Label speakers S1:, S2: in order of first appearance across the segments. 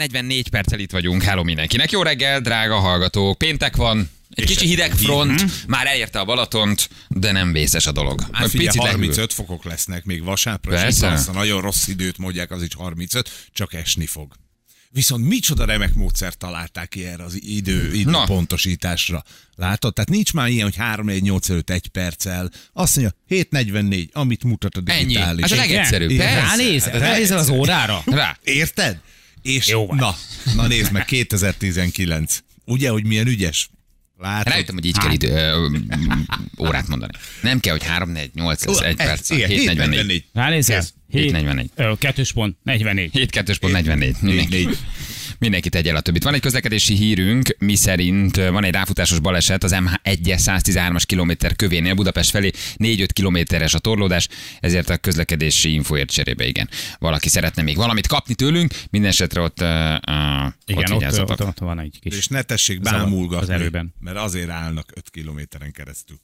S1: 44 perccel itt vagyunk. Hello mindenkinek. Jó reggel, drága hallgatók. Péntek van, egy kicsi hideg
S2: Mhm.
S1: front, már elérte a Balatont, de nem vészes a dolog.
S2: Hát figyelj,
S1: lehűl.
S2: 35 fokok lesznek még vasárnapra, és
S1: Persze.
S2: aztán nagyon rossz időt mondják, az is 35, csak esni fog. Viszont micsoda remek módszert találták ki erre az idő,
S1: Na.
S2: időpontosításra. Látod? Tehát nincs már ilyen, hogy 3 4 8 5 1 perccel. Azt mondja, 7.44, amit mutat a
S1: Ennyi.
S2: digitális.
S1: Hát a legegyszerűbb.
S2: Igen.
S1: Persze. Hát
S3: Ránéz, ránézel az órára.
S1: Rá.
S2: Érted? És
S3: Jó van.
S2: na, na nézd meg, 2019. Ugye, hogy milyen ügyes? Látod?
S1: Rájöttem, hogy így kell
S2: Hát.
S1: idő, ö, m- órát mondani. Nem kell, hogy 3, 4, 8, ez 1
S2: Ez,
S1: perc,
S2: igen,
S1: 7, 44.
S2: 7.44.
S3: Ránézel?
S2: Ez.
S1: 7.44.
S3: 2 pont, 44.
S1: 7, 2, pont 44. Mindenki,
S2: Négy.
S1: mindenki tegye el a többit. Van egy közlekedési hírünk, mi szerint ö, van egy ráfutásos baleset az M1-es 113-as kilométer kövénél Budapest felé, 4-5 kilométeres a torlódás, ezért a közlekedési infóért cserébe igen. Valaki szeretne még valamit kapni tőlünk, minden esetre ott, ö, ö,
S3: Igen, ott, ott,
S1: vigyázzatok.
S3: ott, ott van egy kis.
S2: És ne tessék
S3: Zavar
S2: bámulgatni,
S3: az erőben.
S2: mert azért állnak 5 kilométeren keresztül.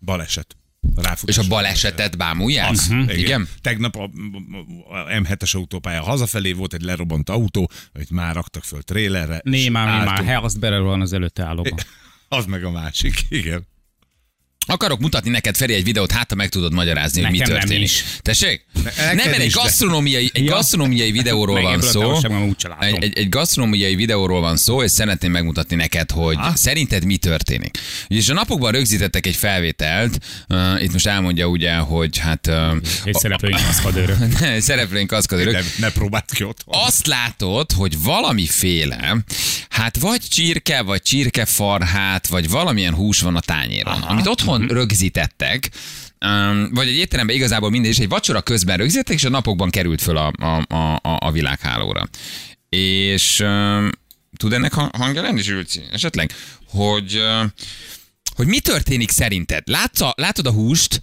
S2: Baleset. Ráfutás.
S1: És a balesetet bámulják?
S2: Az,
S1: igen. igen.
S2: Tegnap a, a M7-es autópálya hazafelé volt egy lerobbant autó, amit már raktak föl trélerre. és
S3: Némán, mi már
S2: álltunk.
S3: Hells Barrel van az előtte állóban.
S2: Az meg a másik, igen.
S1: Akarok mutatni neked, Feri, egy videót, hát ha meg tudod magyarázni, hogy mi
S3: Nekem nem
S1: történik.
S3: is.
S1: Tessék?
S2: neked
S1: nem, mert egy
S2: is, de-
S1: gasztronómiai, egy
S3: Ja.
S1: gasztronómiai videóról van
S3: Megebből a
S1: szó.
S3: távolságban úgy se látom.
S1: Egy, egy, egy gasztronómiai videóról van szó, és szeretném megmutatni neked, hogy
S3: Ah.
S1: ha? szerinted mi történik. És a napokban rögzítettek egy felvételt, uh, itt most elmondja ugye, hogy hát... Uh,
S3: Egy szereplőink maszkadőrök.
S1: a- szereplőink kaszkadőrök.
S2: De ne próbáld ki otthon.
S1: Azt látod, hogy valamiféle, hát vagy csirke, vagy csirkefarhát, vagy valamilyen hús van a tányéron, Aha. amit otthon rögzítettek, öm, vagy egy étteremben igazából minden, és egy vacsora közben rögzítettek, és a napokban került föl a, a, a, a- a világhálóra. És öm, tud ennek ha- hangja lenni, Zsülci? Esetleg, hogy, öm, hogy mi történik szerinted? Látsz a, látod a húst,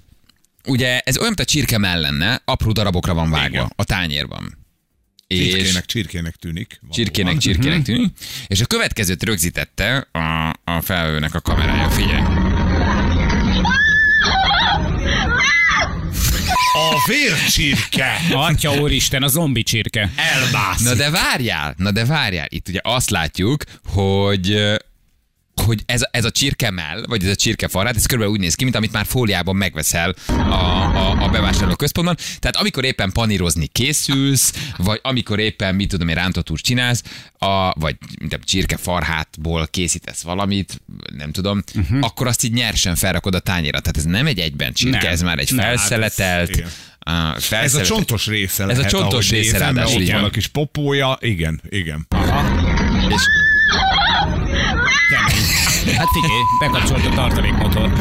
S1: ugye ez olyan, mint a csirke mell lenne, apró darabokra van vágva
S2: Igen.
S1: a tányérban. És
S2: Csirkének, csirkének tűnik. valóban.
S1: csirkének, csirkének tűnik. És a következőt rögzítette a, a felvevőnek a kamerája. Figyelj!
S2: A vércsirke!
S3: Atya úristen, a zombi csirke.
S2: Elbászik.
S1: Na de várjál, na de várjál. Itt ugye azt látjuk, hogy hogy ez, ez a csirkemell, vagy ez a csirkefarát, ez körülbelül úgy néz ki, mint amit már fóliában megveszel a, a, a bevásárló központban. Tehát amikor éppen panírozni készülsz, vagy amikor éppen, mit tudom én, rántott húst csinálsz, a, vagy mint a csirkefarhátból készítesz valamit, nem tudom, uh-huh.
S2: Mhm.
S1: akkor azt így nyersen felrakod a tányéra. Tehát ez nem egy egyben csirke, nem.
S3: Nem.
S1: ez már egy
S3: Nem, hát ez-
S1: felszeletelt,
S2: igen.
S1: á,
S2: Ez a
S1: felszeletelt-
S2: csontos része
S1: Ez a
S2: lehet,
S1: csontos
S2: ahogy
S1: része,
S2: nézem, mert
S1: ráadásul,
S2: Ott
S1: igen.
S2: van a kis popója, igen, igen.
S1: és
S3: Kemény. Hát figyelj, bekapcsolt a tartalékmotor.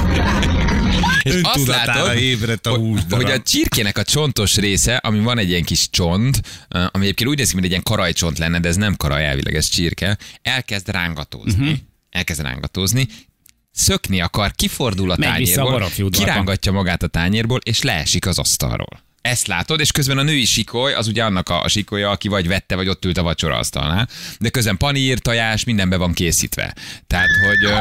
S1: És azt
S2: Öntudatára
S1: látod,
S2: ébredt a
S1: hogy-
S2: húsdarab.
S1: Hogy a csirkének a csontos része, ami van egy ilyen kis csont, eh, ami egyébként úgy néz ki, mint egy ilyen karajcsont lenne, de ez nem karaj elvileg, ez csirke, elkezd rángatózni.
S2: Mhm.
S1: Uh-huh. Elkezd rángatózni, szökni akar, kifordul a
S3: Megy vissza a
S1: tányérból,
S3: baromfiúdvarba.
S1: kirángatja magát a tányérból, és leesik az asztalról. Ezt látod, és közben a női sikoly, az ugye annak a, a sikolya, aki vagy vette, vagy ott ült a vacsora asztalnál, de közben panír, tojás, minden be van készítve. Tehát, hogy... ö,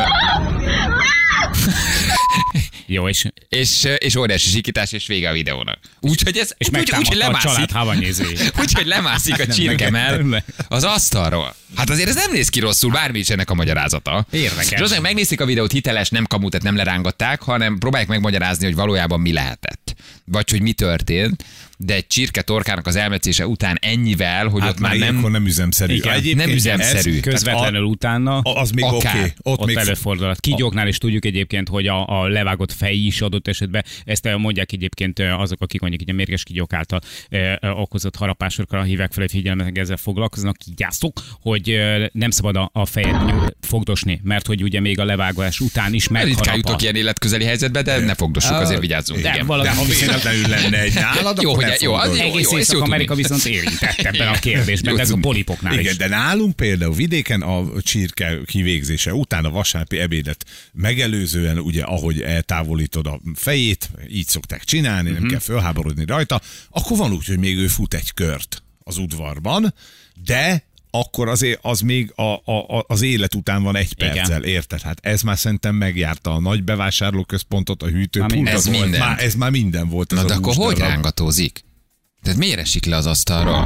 S3: Jó, és,
S1: és, eh, és óriási sikítás, és vége a videónak. Úgyhogy ez
S3: és
S1: úgy, úgy, úgy, hogy
S3: megtámadta a család
S1: lemászik.
S3: havanyézőjét.
S1: Úgyhogy lemászik a
S3: Nem,
S1: csirkemel
S3: nem.
S1: az asztalról. Hát azért ez nem néz ki rosszul, bármi is ennek a magyarázata.
S3: Érdekes.
S1: És azért megnézték a videót, hiteles, nem kamut, tehát nem lerángatták, hanem próbálják megmagyarázni, hogy valójában mi lehetett. Vagy hogy mi történt, de egy csirke torkának az elmetszése után ennyivel, hogy ott
S2: Hát
S1: már nem...
S2: nem üzemszerű.
S3: Igen,
S2: Egyébként
S1: nem üzemszerű.
S2: ez-
S3: Közvetlenül utána.
S2: A- Az még
S1: Akár.
S2: oké. Okay.
S3: ott,
S2: Ott,
S3: ott
S2: még
S3: előfordulhat. Kígyóknál is tudjuk egyébként, hogy a, a levágott fej is adott esetben, ezt eh, mondják egyébként eh, azok, akik mondjuk így a mérges kígyók által eh, eh, okozott harapásokra hívják fel, hogy figyelmet ezzel foglalkoznak, kígyászok, hogy eh, nem szabad a, a fejet nyúl- fogdosni, mert hogy ugye még a levágás után is
S1: Ritkán
S3: megharap.
S1: jutok
S3: a-
S1: ilyen életközeli helyzetbe, de ne fogdossuk, azért vigyázzunk.
S3: de
S1: igen.
S3: valami
S2: de ha véletlenül lenne egy nálad,
S1: Jó, hogy-
S2: akkor
S1: e-
S2: ne
S1: jó, az
S2: fordulj.
S1: jó.
S3: egész
S1: ezt tudni.
S3: Észak-Amerika viszont érintett ebben a kérdésben,
S1: Jó
S3: de ez a
S1: tudni.
S3: polipoknál
S2: Igen,
S3: is.
S2: de nálunk például vidéken a csirke kivégzése után a vasárnapi ebédet megelőzően, ugye ahogy eltávolítod a fejét, így szokták csinálni,
S1: Mhm.
S2: nem kell fölháborodni rajta, akkor van úgy, hogy még ő fut egy kört az udvarban, de akkor azért az még a, a, a, az élet után van egy
S3: Igen.
S2: perccel, érted? Hát ez már szerintem megjárta a nagy bevásárlóközpontot, a hűtőpultot.
S3: minden.
S1: Ez minden.
S2: Már, ez már minden volt. Ez
S1: Na
S2: a
S1: de akkor hogy
S2: húsdarab.
S1: rángatózik? Tehát miért esik le az asztalról?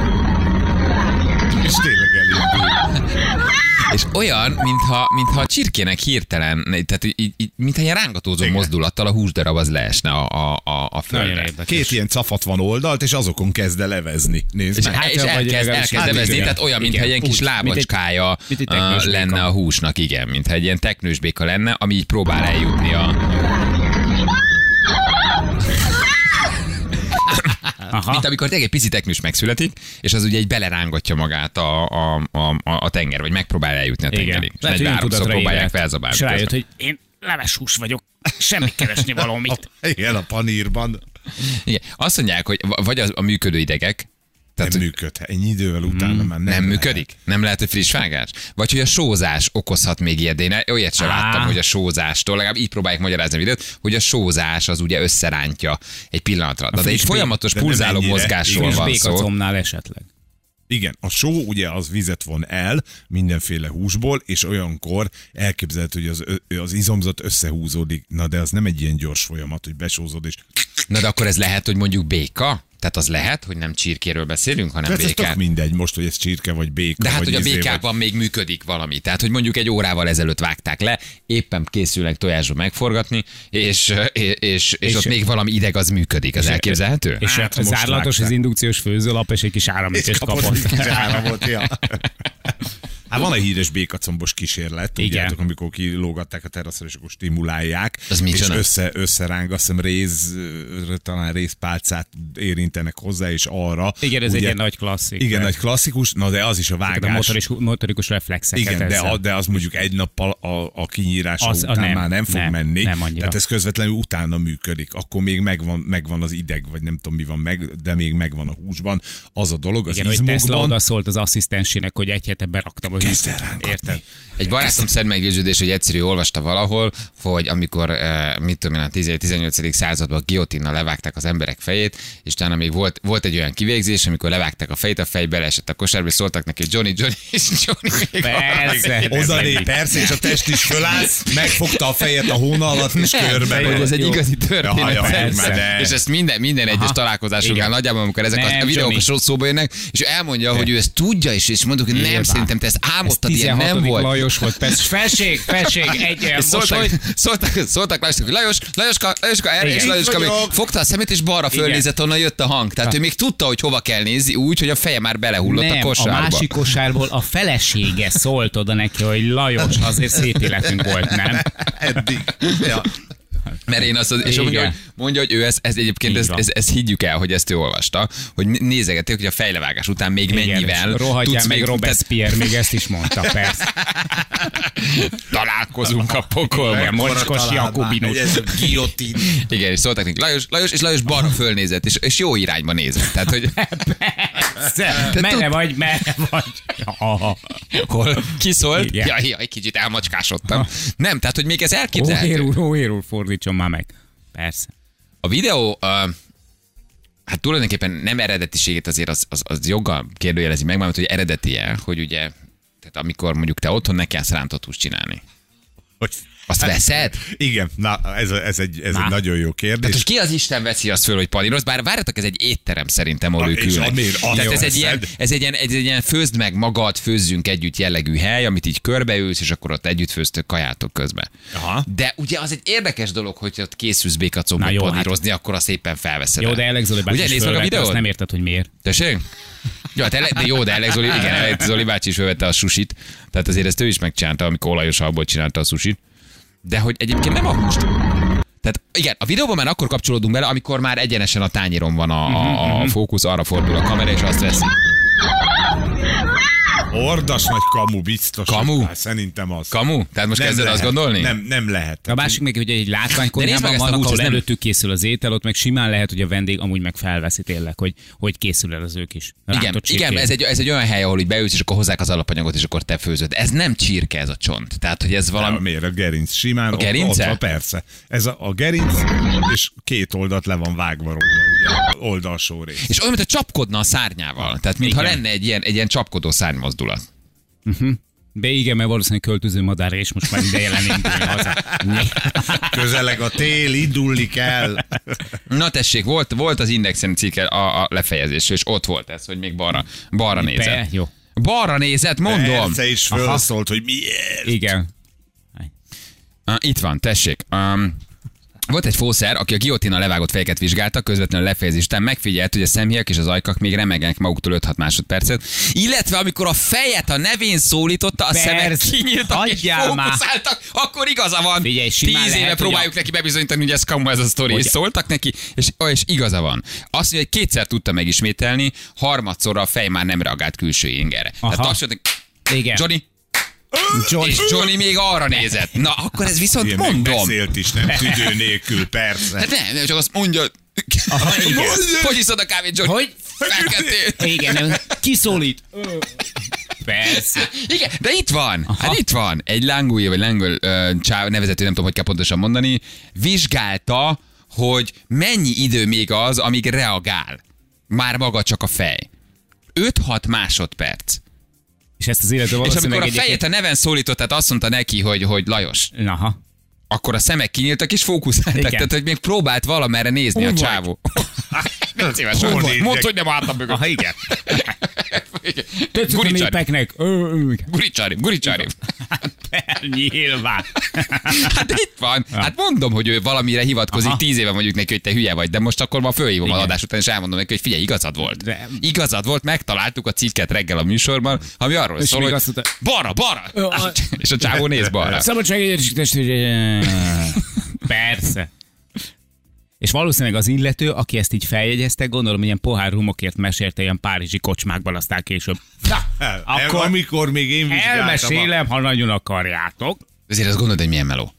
S2: És tényleg elindul.
S1: És olyan, mintha, mintha a csirkének hirtelen, tehát így, így, mintha ilyen rángatózó Igen. mozdulattal a húsdarab az leesne a, a, a, a
S3: Nagyon
S1: földre.
S3: érdekes.
S2: Két ilyen cafat van oldalt, és azokon kezd el levezni. Nézd
S1: És,
S2: meg.
S1: hát, és
S3: vagy
S1: elkezd,
S3: legalábbis
S1: elkezd
S3: hát
S1: levezni,
S3: igen.
S1: tehát olyan, mintha
S3: Igen,
S1: ilyen kis
S3: úgy,
S1: lábacskája
S3: mint egy- mint egy
S1: ö,
S3: teknős béka.
S1: lenne a húsnak, igen, mintha egy ilyen teknős béka lenne, ami így próbál eljutni a...
S3: Aha.
S1: Mint amikor tényleg egy pici teknős megszületik, és az ugye egy belerángatja magát a, a, a, a, a tenger, vagy megpróbál eljutni a tengerig.
S3: Igen. Lehet, hogy
S1: Lehet,
S3: öntudatra
S1: próbálják
S3: ébredt.
S1: felzabálni.
S3: És rájött,
S1: közben.
S3: hogy én leves hús vagyok, semmi keresni valamit.
S2: Igen, a panírban
S1: Igen. Azt mondják, hogy v- vagy az, a működő idegek, tehát
S2: nem
S1: nem,
S2: működhet. Ennyi idővel utána már nem
S1: nem
S2: lehet.
S1: működik? Nem lehet, hogy friss vágás? Vagy hogy a sózás okozhat még ilyet, de én e- olyat sem
S3: Á.
S1: láttam, hogy a sózástól, legalább így próbálják magyarázni a videót, hogy a sózás az ugye összerántja egy pillanatra. De, de
S3: friss
S1: egy
S3: bék-
S1: folyamatos
S2: de nem
S1: pulzáló
S2: ennyire.
S1: mozgásról
S3: És
S1: van szó.
S3: békacomnál esetleg.
S2: Igen, a só ugye az vizet von el mindenféle húsból, és olyankor elképzelhető, hogy az, ö- az izomzat összehúzódik. Na de az nem egy ilyen gyors folyamat, hogy besózod, és
S1: Na de akkor ez lehet, hogy mondjuk béka? Tehát az lehet, hogy nem csirkéről beszélünk, hanem
S2: Tehát Hát ez
S1: békát.
S2: tök mindegy most, hogy ez csirke vagy béka.
S1: De hát,
S2: vagy
S1: hogy a
S2: izé,
S1: békában még működik valami. Tehát, hogy mondjuk egy órával ezelőtt vágták le, éppen készülnek tojásba megforgatni, és, és, és, és ott még valami ideg az működik. Az elképzelhető?
S3: És
S2: Hát,
S3: hát,
S2: most
S3: zárlatos
S2: vágták.
S3: az indukciós főzőlap, és egy kis
S2: És
S3: áramütést
S2: kapott
S3: kapott.
S2: egy kis áramot, ja. Hát van a híres békacombos kísérlet,
S3: Igen.
S2: tudjátok, amikor kilógatták a teraszra, és akkor stimulálják,
S1: Az
S2: és
S1: micsoda?
S2: össze, összeráng, azt hiszem réz, ö, talán rézpálcát érintenek hozzá, és arra.
S3: Igen, ez egy
S2: ugye-
S3: ilyen nagy klasszik.
S2: Igen, nagy klasszikus, na de az is a
S3: a
S2: vágás.
S3: motoris, motorikus reflexeket.
S2: igen, de,
S3: ezzel.
S2: a, de az mondjuk egy nappal a, a kinyírása
S3: Az-
S2: az,
S3: a
S2: után nem,
S3: nem,
S2: már nem fog
S3: nem,
S2: menni.
S3: nem annyira.
S2: tehát ez közvetlenül utána működik. Akkor még megvan, megvan az ideg, vagy nem tudom mi van meg, de még megvan a húsban. Az a dolog, az
S3: Igen, hogy Tesla
S2: izmokban.
S3: oda szólt az asszisztensének, hogy egy hete beraktam a
S2: Kezd
S3: hűtőt.
S2: el rángatni.
S3: Érted?
S1: Egy barátom szed meggyőződés, hogy egyszerű olvasta valahol, hogy amikor, eh, mit tudom én, a 18. században giotinnal levágták az emberek fejét, és utána még volt, volt egy olyan kivégzés, amikor levágták a fejét, a fej beleesett a kosárba, és szóltak neki, Johnny, Johnny, és Johnny még
S3: Persze.
S2: Oda persze, és a test is fölállsz, megfogta a fejet a hóna alatt, és körbe.
S1: Hogy ez egy
S3: Jó.
S1: igazi történet.
S2: Ja, ja,
S1: persze.
S2: már de.
S1: és ezt minden, minden egyes találkozásunk
S3: Igen.
S1: nagyjából, amikor ezek
S3: Nem,
S1: a videók
S3: Johnny.
S1: so- szóba jönnek, és ő elmondja, hogy ő ezt tudja, és, és mondjuk, hogy nem,
S3: Nyilván.
S1: szerintem te ezt álmodtad,
S3: Ez
S1: Hát, ilyen nem
S3: 16.
S1: volt.
S3: Lajos volt, persze. Felség, felség, egy
S1: És szóltak,
S3: mosoly.
S1: szóltak, szóltak Lajosnak, hogy Lajos, Lajoska, Lajoska, erre,
S3: Igen.
S1: és
S3: Itt
S1: Lajoska még
S2: vagyok.
S1: fogta a szemét, és balra fölnézett, onnan jött a hang. Tehát ő még tudta, hogy hova kell nézni, úgy, hogy a feje már belehullott a
S3: Nem, a,
S1: kosárba.
S3: másik kosárból a felesége szólt oda neki, hogy Lajos, azért szép életünk volt, nem?
S2: Eddig. Ja.
S1: Mert én azt, az- és
S3: Igen.
S1: mondja, hogy, mondja, hogy ő ezt, ez egyébként,
S3: Így
S1: ez,
S3: van.
S1: ez, ez, higgyük el, hogy ezt ő olvasta, hogy né- nézegették, hogy a fejlevágás után még
S3: Igen,
S1: mennyivel
S3: és Rohadjál
S1: tudsz
S3: meg
S1: még
S3: Robespierre, még ezt is mondta, persze.
S1: találkozunk a pokolban.
S3: Igen, mocskos Jakubinus.
S2: Giotin.
S1: Igen, és szóltak neki, Lajos, Lajos, és Lajos balra fölnézett, és, és jó irányba nézett. Tehát, hogy
S3: Hát, Persze, Merre vagy, merre vagy. Aha.
S1: hol kiszólt,
S3: Igen.
S1: jaj, jaj, kicsit elmacskásodtam. Nem, tehát, hogy még ez
S3: Óér
S1: elképzelhető.
S3: úr, óér úr, fordítson már meg. Persze.
S1: A videó, ö, hát tulajdonképpen nem eredetiségét azért az, az, az joggal kérdőjelezi meg, mert hogy eredeti-e, hogy ugye, tehát amikor mondjuk te otthon neki állsz rántott húst csinálni.
S2: Hogy Hát-
S1: Azt veszed? Hát,
S2: igen, na ez, a- ez, egy, ez
S3: Na.
S2: egy nagyon jó
S1: Tehát,
S2: kérdés.
S1: hogy ki az Isten veszi azt föl, hogy paníroz, bár várjatok, ez egy étterem szerintem, ahol
S2: Na,
S1: ők
S2: és
S1: ülnek.
S2: annél- annél
S1: Tehát ez
S2: veszed.
S1: egy, ilyen, ez, egy ilyen, ez egy ilyen főzd meg magad, főzzünk együtt jellegű hely, amit így körbeülsz, és akkor ott együtt főztök kajátok közben.
S2: Aha.
S1: De ugye az egy érdekes dolog, hogy ott készülsz
S3: Na
S1: békacombot
S3: jó, hát-
S1: panírozni, akkor azt éppen felveszed.
S3: Jó,
S1: el.
S3: de Elek Zoli bácsi
S1: Ugye,
S3: is
S1: nézd meg a
S3: fölvette, azt
S1: videót?
S3: nem érted, hogy miért.
S1: Tessék? Ja, hát ele, de jó, de Elek Zoli, igen, Elek Zoli bácsi is felvette a susit. Tehát azért ezt ő is megcsinálta, amikor olajos habból csinálta a susit. De hogy egyébként nem a húst. Tehát igen, a videóban már akkor kapcsolódunk bele, amikor már egyenesen a tányéron van a,
S2: Mhm,
S1: a, a fókusz, arra fordul a kamera, és azt veszi.
S2: Ordas nagy kamu, biztos.
S1: Kamu?
S2: Hát, Szerintem az.
S1: Kamu? Tehát most kezded
S2: lehet.
S1: azt gondolni?
S2: Nem, nem lehet.
S3: A másik még, hogy egy
S1: Hát, De nézd meg
S3: látványkonyhában
S1: ezt a
S3: vannak,
S1: húst,
S3: ahol
S1: ez nem-
S3: előttük készül az étel, ott meg simán lehet, hogy a vendég amúgy meg felveszi tényleg, hogy, hogy készül el az ők is.
S1: Igen,
S3: Rántott
S1: igen
S3: csirkét.
S1: ez, egy, ez egy olyan hely, ahol így beülsz, és akkor hozzák az alapanyagot, és akkor te főzöd. Ez nem csirke, ez a csont. Tehát, hogy ez valami...
S2: Valami... Miért a gerinc? Simán a ott,
S1: gerince?
S2: van, persze. Ez a, a gerinc, és két oldalt le van vágva róla, ugye, oldalsó rész.
S1: És olyan, mintha csapkodna a szárnyával. Tehát, mintha
S3: Igen.
S1: lenne egy ilyen, egy ilyen csapkodó szárnymozdulat.
S3: De igen, mert valószínűleg költöző madár, és most már ideje lenne indulni haza.
S2: Közeleg a tél, idullik el.
S1: Na tessék, volt, volt az Indexen cikke a, a lefejezés, és ott volt ez, hogy még balra, balra nézett.
S3: Be, jó.
S1: Balra nézett, mondom.
S2: Erce is felszólt, hogy miért.
S3: Igen.
S1: Ah, Itt van, tessék. Um, volt egy fószer, aki a giotina levágott fejeket vizsgálta, közvetlenül lefejezés után megfigyelt, hogy a szemhiak és az ajkak még remegenek maguktól 5-6 másodpercet, illetve amikor a fejet a nevén szólította, a
S3: Persze.
S1: szemek kinyíltak és
S3: Hagyjál már.
S1: fókuszáltak, akkor igaza van.
S3: Figyelj, simán
S1: Tíz éve
S3: lehet,
S1: próbáljuk
S3: hogy
S1: neki bebizonyítani, hogy ez kamu ez a sztori, és
S3: Hogy-
S1: szóltak neki, és, ó, és igaza van. Azt mondja, hogy kétszer tudta megismételni, harmadszorra a fej már nem reagált külső ingerre. Tehát
S3: Aha.
S1: tapsolt,
S3: Igen.
S1: Johnny, és Johnny még arra nézett. Na, akkor ez viszont
S2: Ilyen
S1: mondom.
S2: megbeszélt is, nem tüdő nélkül, persze.
S1: Hát nem, nem, csak azt mondja,
S2: igen.
S1: hogy iszod a kávét, Johnny?
S3: Hogy?
S1: Feketét.
S3: Igen, kiszólít. Persze.
S1: Igen, de itt van, hát itt van. Egy lángúja, vagy lángol csáv, nevezető, nem tudom, hogy kell pontosan mondani, vizsgálta, hogy mennyi idő még az, amíg reagál. Már maga csak a fej. 5-6 másodperc.
S3: És ezt az illető
S1: És
S3: valószínűleg
S1: amikor a
S3: egyébként-
S1: fejét a neven szólított, tehát azt mondta neki, hogy, hogy Lajos,
S3: Naha.
S1: akkor a szemek kinyíltak és fókuszáltak,
S3: Igen.
S1: tehát hogy még próbált valamerre nézni
S3: Hol
S1: a
S3: vagy?
S1: csávó. Nem szívesen.
S2: Hol vagy?
S1: Mondd, hogy nem álltam mögött.
S3: Aha, igen. Tetszett a
S1: Guricsári.
S3: népeknek. Ö, ö, igen.
S1: Guricsári, Guricsári.
S3: Nyilván.
S1: Hát itt van. Hát mondom, hogy ő valamire hivatkozik,
S3: Aha.
S1: tíz éve mondjuk neki, hogy te hülye vagy, de most akkor ma fölhívom az
S3: Igen.
S1: adás után, és elmondom neki, hogy figyelj, igazad volt.
S3: De-
S1: Igazad volt, megtaláltuk a cikket reggel a műsorban, ami arról
S3: És
S1: szól,
S3: még
S1: hogy
S3: azt mondta-
S1: balra, balra.
S3: Ö, a-
S1: És a csávó néz balra.
S3: Hát Szabadság egyesítést, hogy... Persze. És valószínűleg az illető, aki ezt így feljegyezte, gondolom, ilyen pohár rumokért mesélte ilyen párizsi kocsmákban, aztán később. Na,
S2: El-
S3: akkor
S2: amikor még én vizsgáltam. a-
S3: elmesélem, ha nagyon akarjátok.
S1: Azért azt gondolod, hogy milyen meló.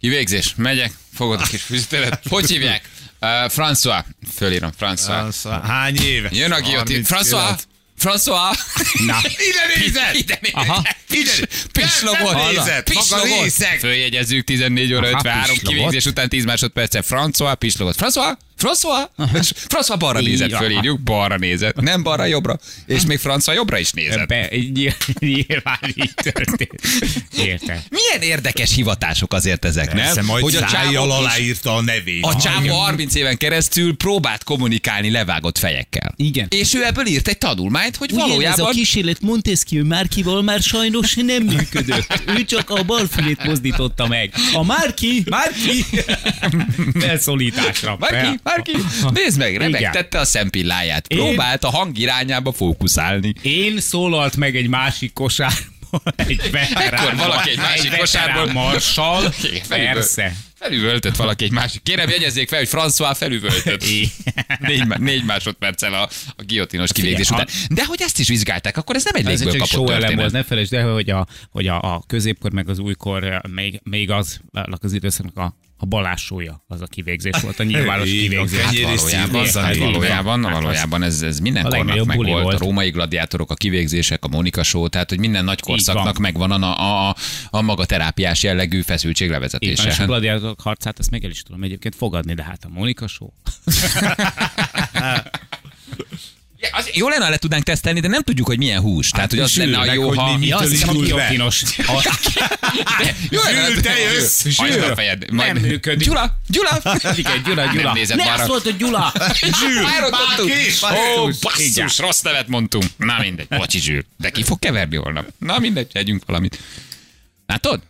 S1: Kivégzés, megyek, fogod a kis füstölet. Hogy hívják? Uh, François. Fölírom, François.
S2: François, Hány éve?
S1: Jön a guillotine.
S2: 39.
S1: François! François!
S3: Na.
S1: ide nézett! Ide
S3: Aha.
S1: nézett! Ide Pislogott!
S2: Nem nézett, maga
S1: Pislogott!
S2: részeg.
S1: Följegyezzük 14 óra
S3: Aha,
S1: 53
S3: pislogott.
S1: kivégzés után 10 másodpercen. François pislogott. François! François! És François balra nézett,
S3: Így,
S1: fölírjuk, balra nézett. Nem balra, jobbra. És még François jobbra is nézett.
S3: Be, nyilván, nyilván így történt. Érted?
S1: Milyen érdekes hivatások azért ezek,
S2: Persze,
S1: nem?
S2: majd hogy a
S1: csávó
S2: szájjal
S1: is-
S2: aláírta a nevét.
S1: A csávó 30 éven keresztül próbált kommunikálni levágott fejekkel.
S3: Igen.
S1: És ő ebből írt egy tanulmányt, hogy
S4: Ugyanez a
S1: valójában
S4: kísérlet Montesquieu Márkival már sajnos nem működött.
S3: Öt. Ő csak a bal fülét mozdította meg. A Márki, Márki! Felszólításra.
S1: Márki,
S3: Fel.
S1: Márki, nézd meg, remegtette a szempilláját.
S3: Én-
S1: Próbált a hang irányába fókuszálni.
S3: Én szólalt meg egy másik kosárból, egy veterán.
S1: Ekkor valaki egy másik
S3: veterán
S1: kosárból-
S3: marsal,
S1: Igen, felülről.
S3: persze.
S1: Felüvöltött valaki egy másik. Kérem, jegyezzék fel, hogy François felüvöltött. négy, má- négy másodperccel a, a giotinos kivégzés
S3: Figyelj,
S1: után. De hogy ezt is vizsgálták, akkor ez nem egy
S3: Ez
S1: légből
S3: csak
S1: kapott
S3: show elem volt,
S1: történet.
S3: ne felejtsd el, hogy a, hogy a, a középkor meg az újkor eh, még, még az, annak az időszaknak a, a balásója az a kivégzés volt, a nyilvános
S2: Így van,
S3: kivégzés.
S2: kenyér és
S1: Valójában,
S2: szívózás.
S1: hát
S3: így van.
S1: valójában,
S3: Hát az-
S1: valójában ez, ez minden
S3: A
S1: kornak
S3: legnagyobb
S1: meg
S3: buli
S1: volt. A
S3: volt.
S1: római gladiátorok, a kivégzések, a Monika show, tehát hogy minden nagy korszaknak
S3: van.
S1: megvan a, a, a maga terápiás jellegű feszültség
S3: Így van, és hát- a
S1: levezetése.
S3: gladiátorok harcát, ezt meg el is tudom egyébként fogadni, de hát a Monika show.
S1: Ja, az, jó lenne, ha le tudnánk tesztelni, de nem tudjuk, hogy milyen hús. Tehát, hogy az lenne a
S2: sülnek,
S1: jó,
S2: hogy
S1: ha...
S2: mi- mi-
S1: Ja,
S3: azt
S2: Mitől
S3: hiszem, a
S2: indult be?
S3: giotinos. A-
S1: jó lenne,
S2: Zsűl,
S1: le-
S2: te jössz!
S1: Zsűl.
S2: Zsűl.
S1: Hajtsd a fejed. Majd-
S3: Nem működik.
S1: Gyula! Gyula!
S3: Igen, Gyula, Gyula.
S1: Nem nézett
S4: Ne
S1: balra.
S4: azt mondta, Gyula!
S1: Zsűl!
S2: Bárkés!
S1: Ó,
S2: Basszus, igen.
S1: basszus, rossz nevet mondtunk. Na mindegy, bocsi Zsűl. De ki fog keverni holnap? Na mindegy, együnk valamit. Látod?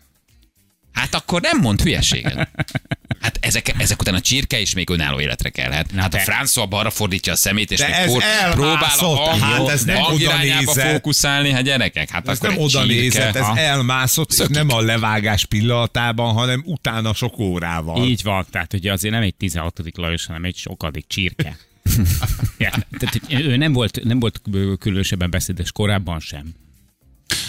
S1: Hát akkor nem mond hülyeséget. Hát ezek, ezek után a csirke is még önálló életre kelhet. Hát a
S3: de-
S1: François barra fordítja a szemét, és
S2: De
S1: még
S2: ez
S1: for- próbál a
S2: elmászott.
S1: hang,
S2: Hát ez nem
S1: hang
S2: oda
S1: irányába
S2: nézett.
S1: fókuszálni. Hát gyerekek, hát
S2: Ez
S1: akkor
S2: nem
S1: egy
S2: oda
S1: csirke.
S2: nézett, ez
S1: Ha.
S2: elmászott, és nem a levágás pillanatában, hanem utána sok órával.
S3: Így van, tehát ugye azért nem egy 16. Lajos, hanem egy sokadik csirke. ja, tehát hogy ő nem volt, nem volt különösebben beszédes korábban sem.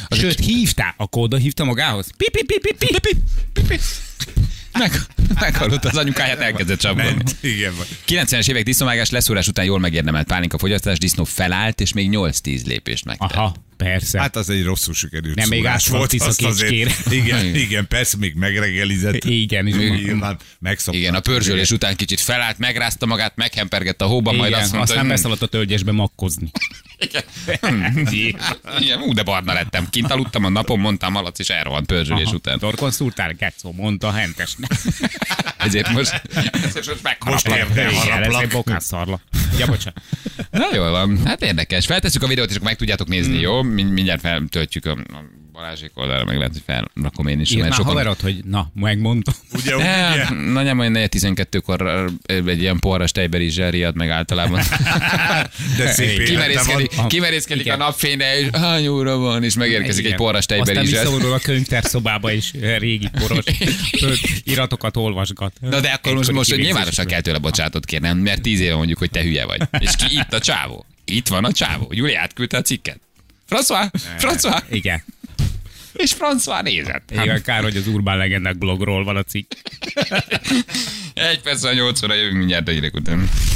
S3: Sőt, hívták, akkor oda hívta magához. Pi, pi, pi, pi, pi, pi, pi, pi.
S1: Meg, meghallott az anyukáját, elkezdett csapkodni.
S2: Ment. Igen, vagy.
S1: 90-es évek disznóvágás leszúrás után jól megérdemelt pálinka fogyasztás, disznó felállt, és még 8-10 lépést megtett.
S3: Aha, persze.
S2: Hát
S3: Hát,
S2: az egy rosszul sikerült
S3: Nem, még
S2: szúrás
S3: átszaladt
S2: volt.
S3: tisza
S2: Azt azért,
S3: kécskére.
S2: igen, igen, persze, még megreggelizett.
S3: igen, és
S2: Nyilván megszokta.
S1: Igen, a pörzsölés után kicsit felállt, megrázta magát, meghempergett a hóba, majd
S3: igen,
S1: azt mondta,
S3: aztán
S1: hogy
S3: beszaladt a tölgyesbe makkozni.
S1: "Hm, igen, ú, de barna lettem. Kint aludtam a napon, mondtam malac, és elrohant pörzsölés után.
S3: Torkon szúrtál, Gecó, mondta a hentes.
S1: Ezért most, ezért most
S2: Most
S1: megharaplak.
S2: érde
S3: Igen, ez egy
S2: haraplak.
S3: bokás szarla. Ja, bocsánat.
S1: Na jól van, hát érdekes. Feltesszük a videót, és akkor meg tudjátok nézni,
S3: Hmm.
S1: jó? Mind- Mindjárt feltöltjük a a Balázsék oldalra, meg lehet, hogy felrakom én is.
S3: Írd
S1: mert
S3: már
S1: sokan-
S3: haverod, hogy na, megmondtam.
S2: Ugye, ugye?
S1: Ne, hát, nagyjából 4 12 kor egy ilyen poharas tejberizsel riad meg általában.
S2: De szép élete van.
S1: kimerészkedik, kimerészkedik a
S3: Igen.
S1: napfényre, és hány óra van, és megérkezik egy poharas
S3: Aztán
S1: tejberizsel.
S3: visszavonul a könyvtárszobába is eh, régi poros ö, iratokat olvasgat.
S1: Na de akkor most,
S3: Egykori
S1: most
S3: kivégzésről.
S1: nyilvánosan kell tőle bocsátot kérnem, mert tíz éve mondjuk, hogy te hüye vagy. És ki itt a csávó? Itt van a csávó. Júli átküldte a cikket. François, François, Hát-
S3: Igen.
S1: és François nézett.
S3: Igen, kár, hogy az Urbán Legendák blogról van a cikk.
S1: Egy perc, a nyolc óra jövünk mindjárt a hírek után.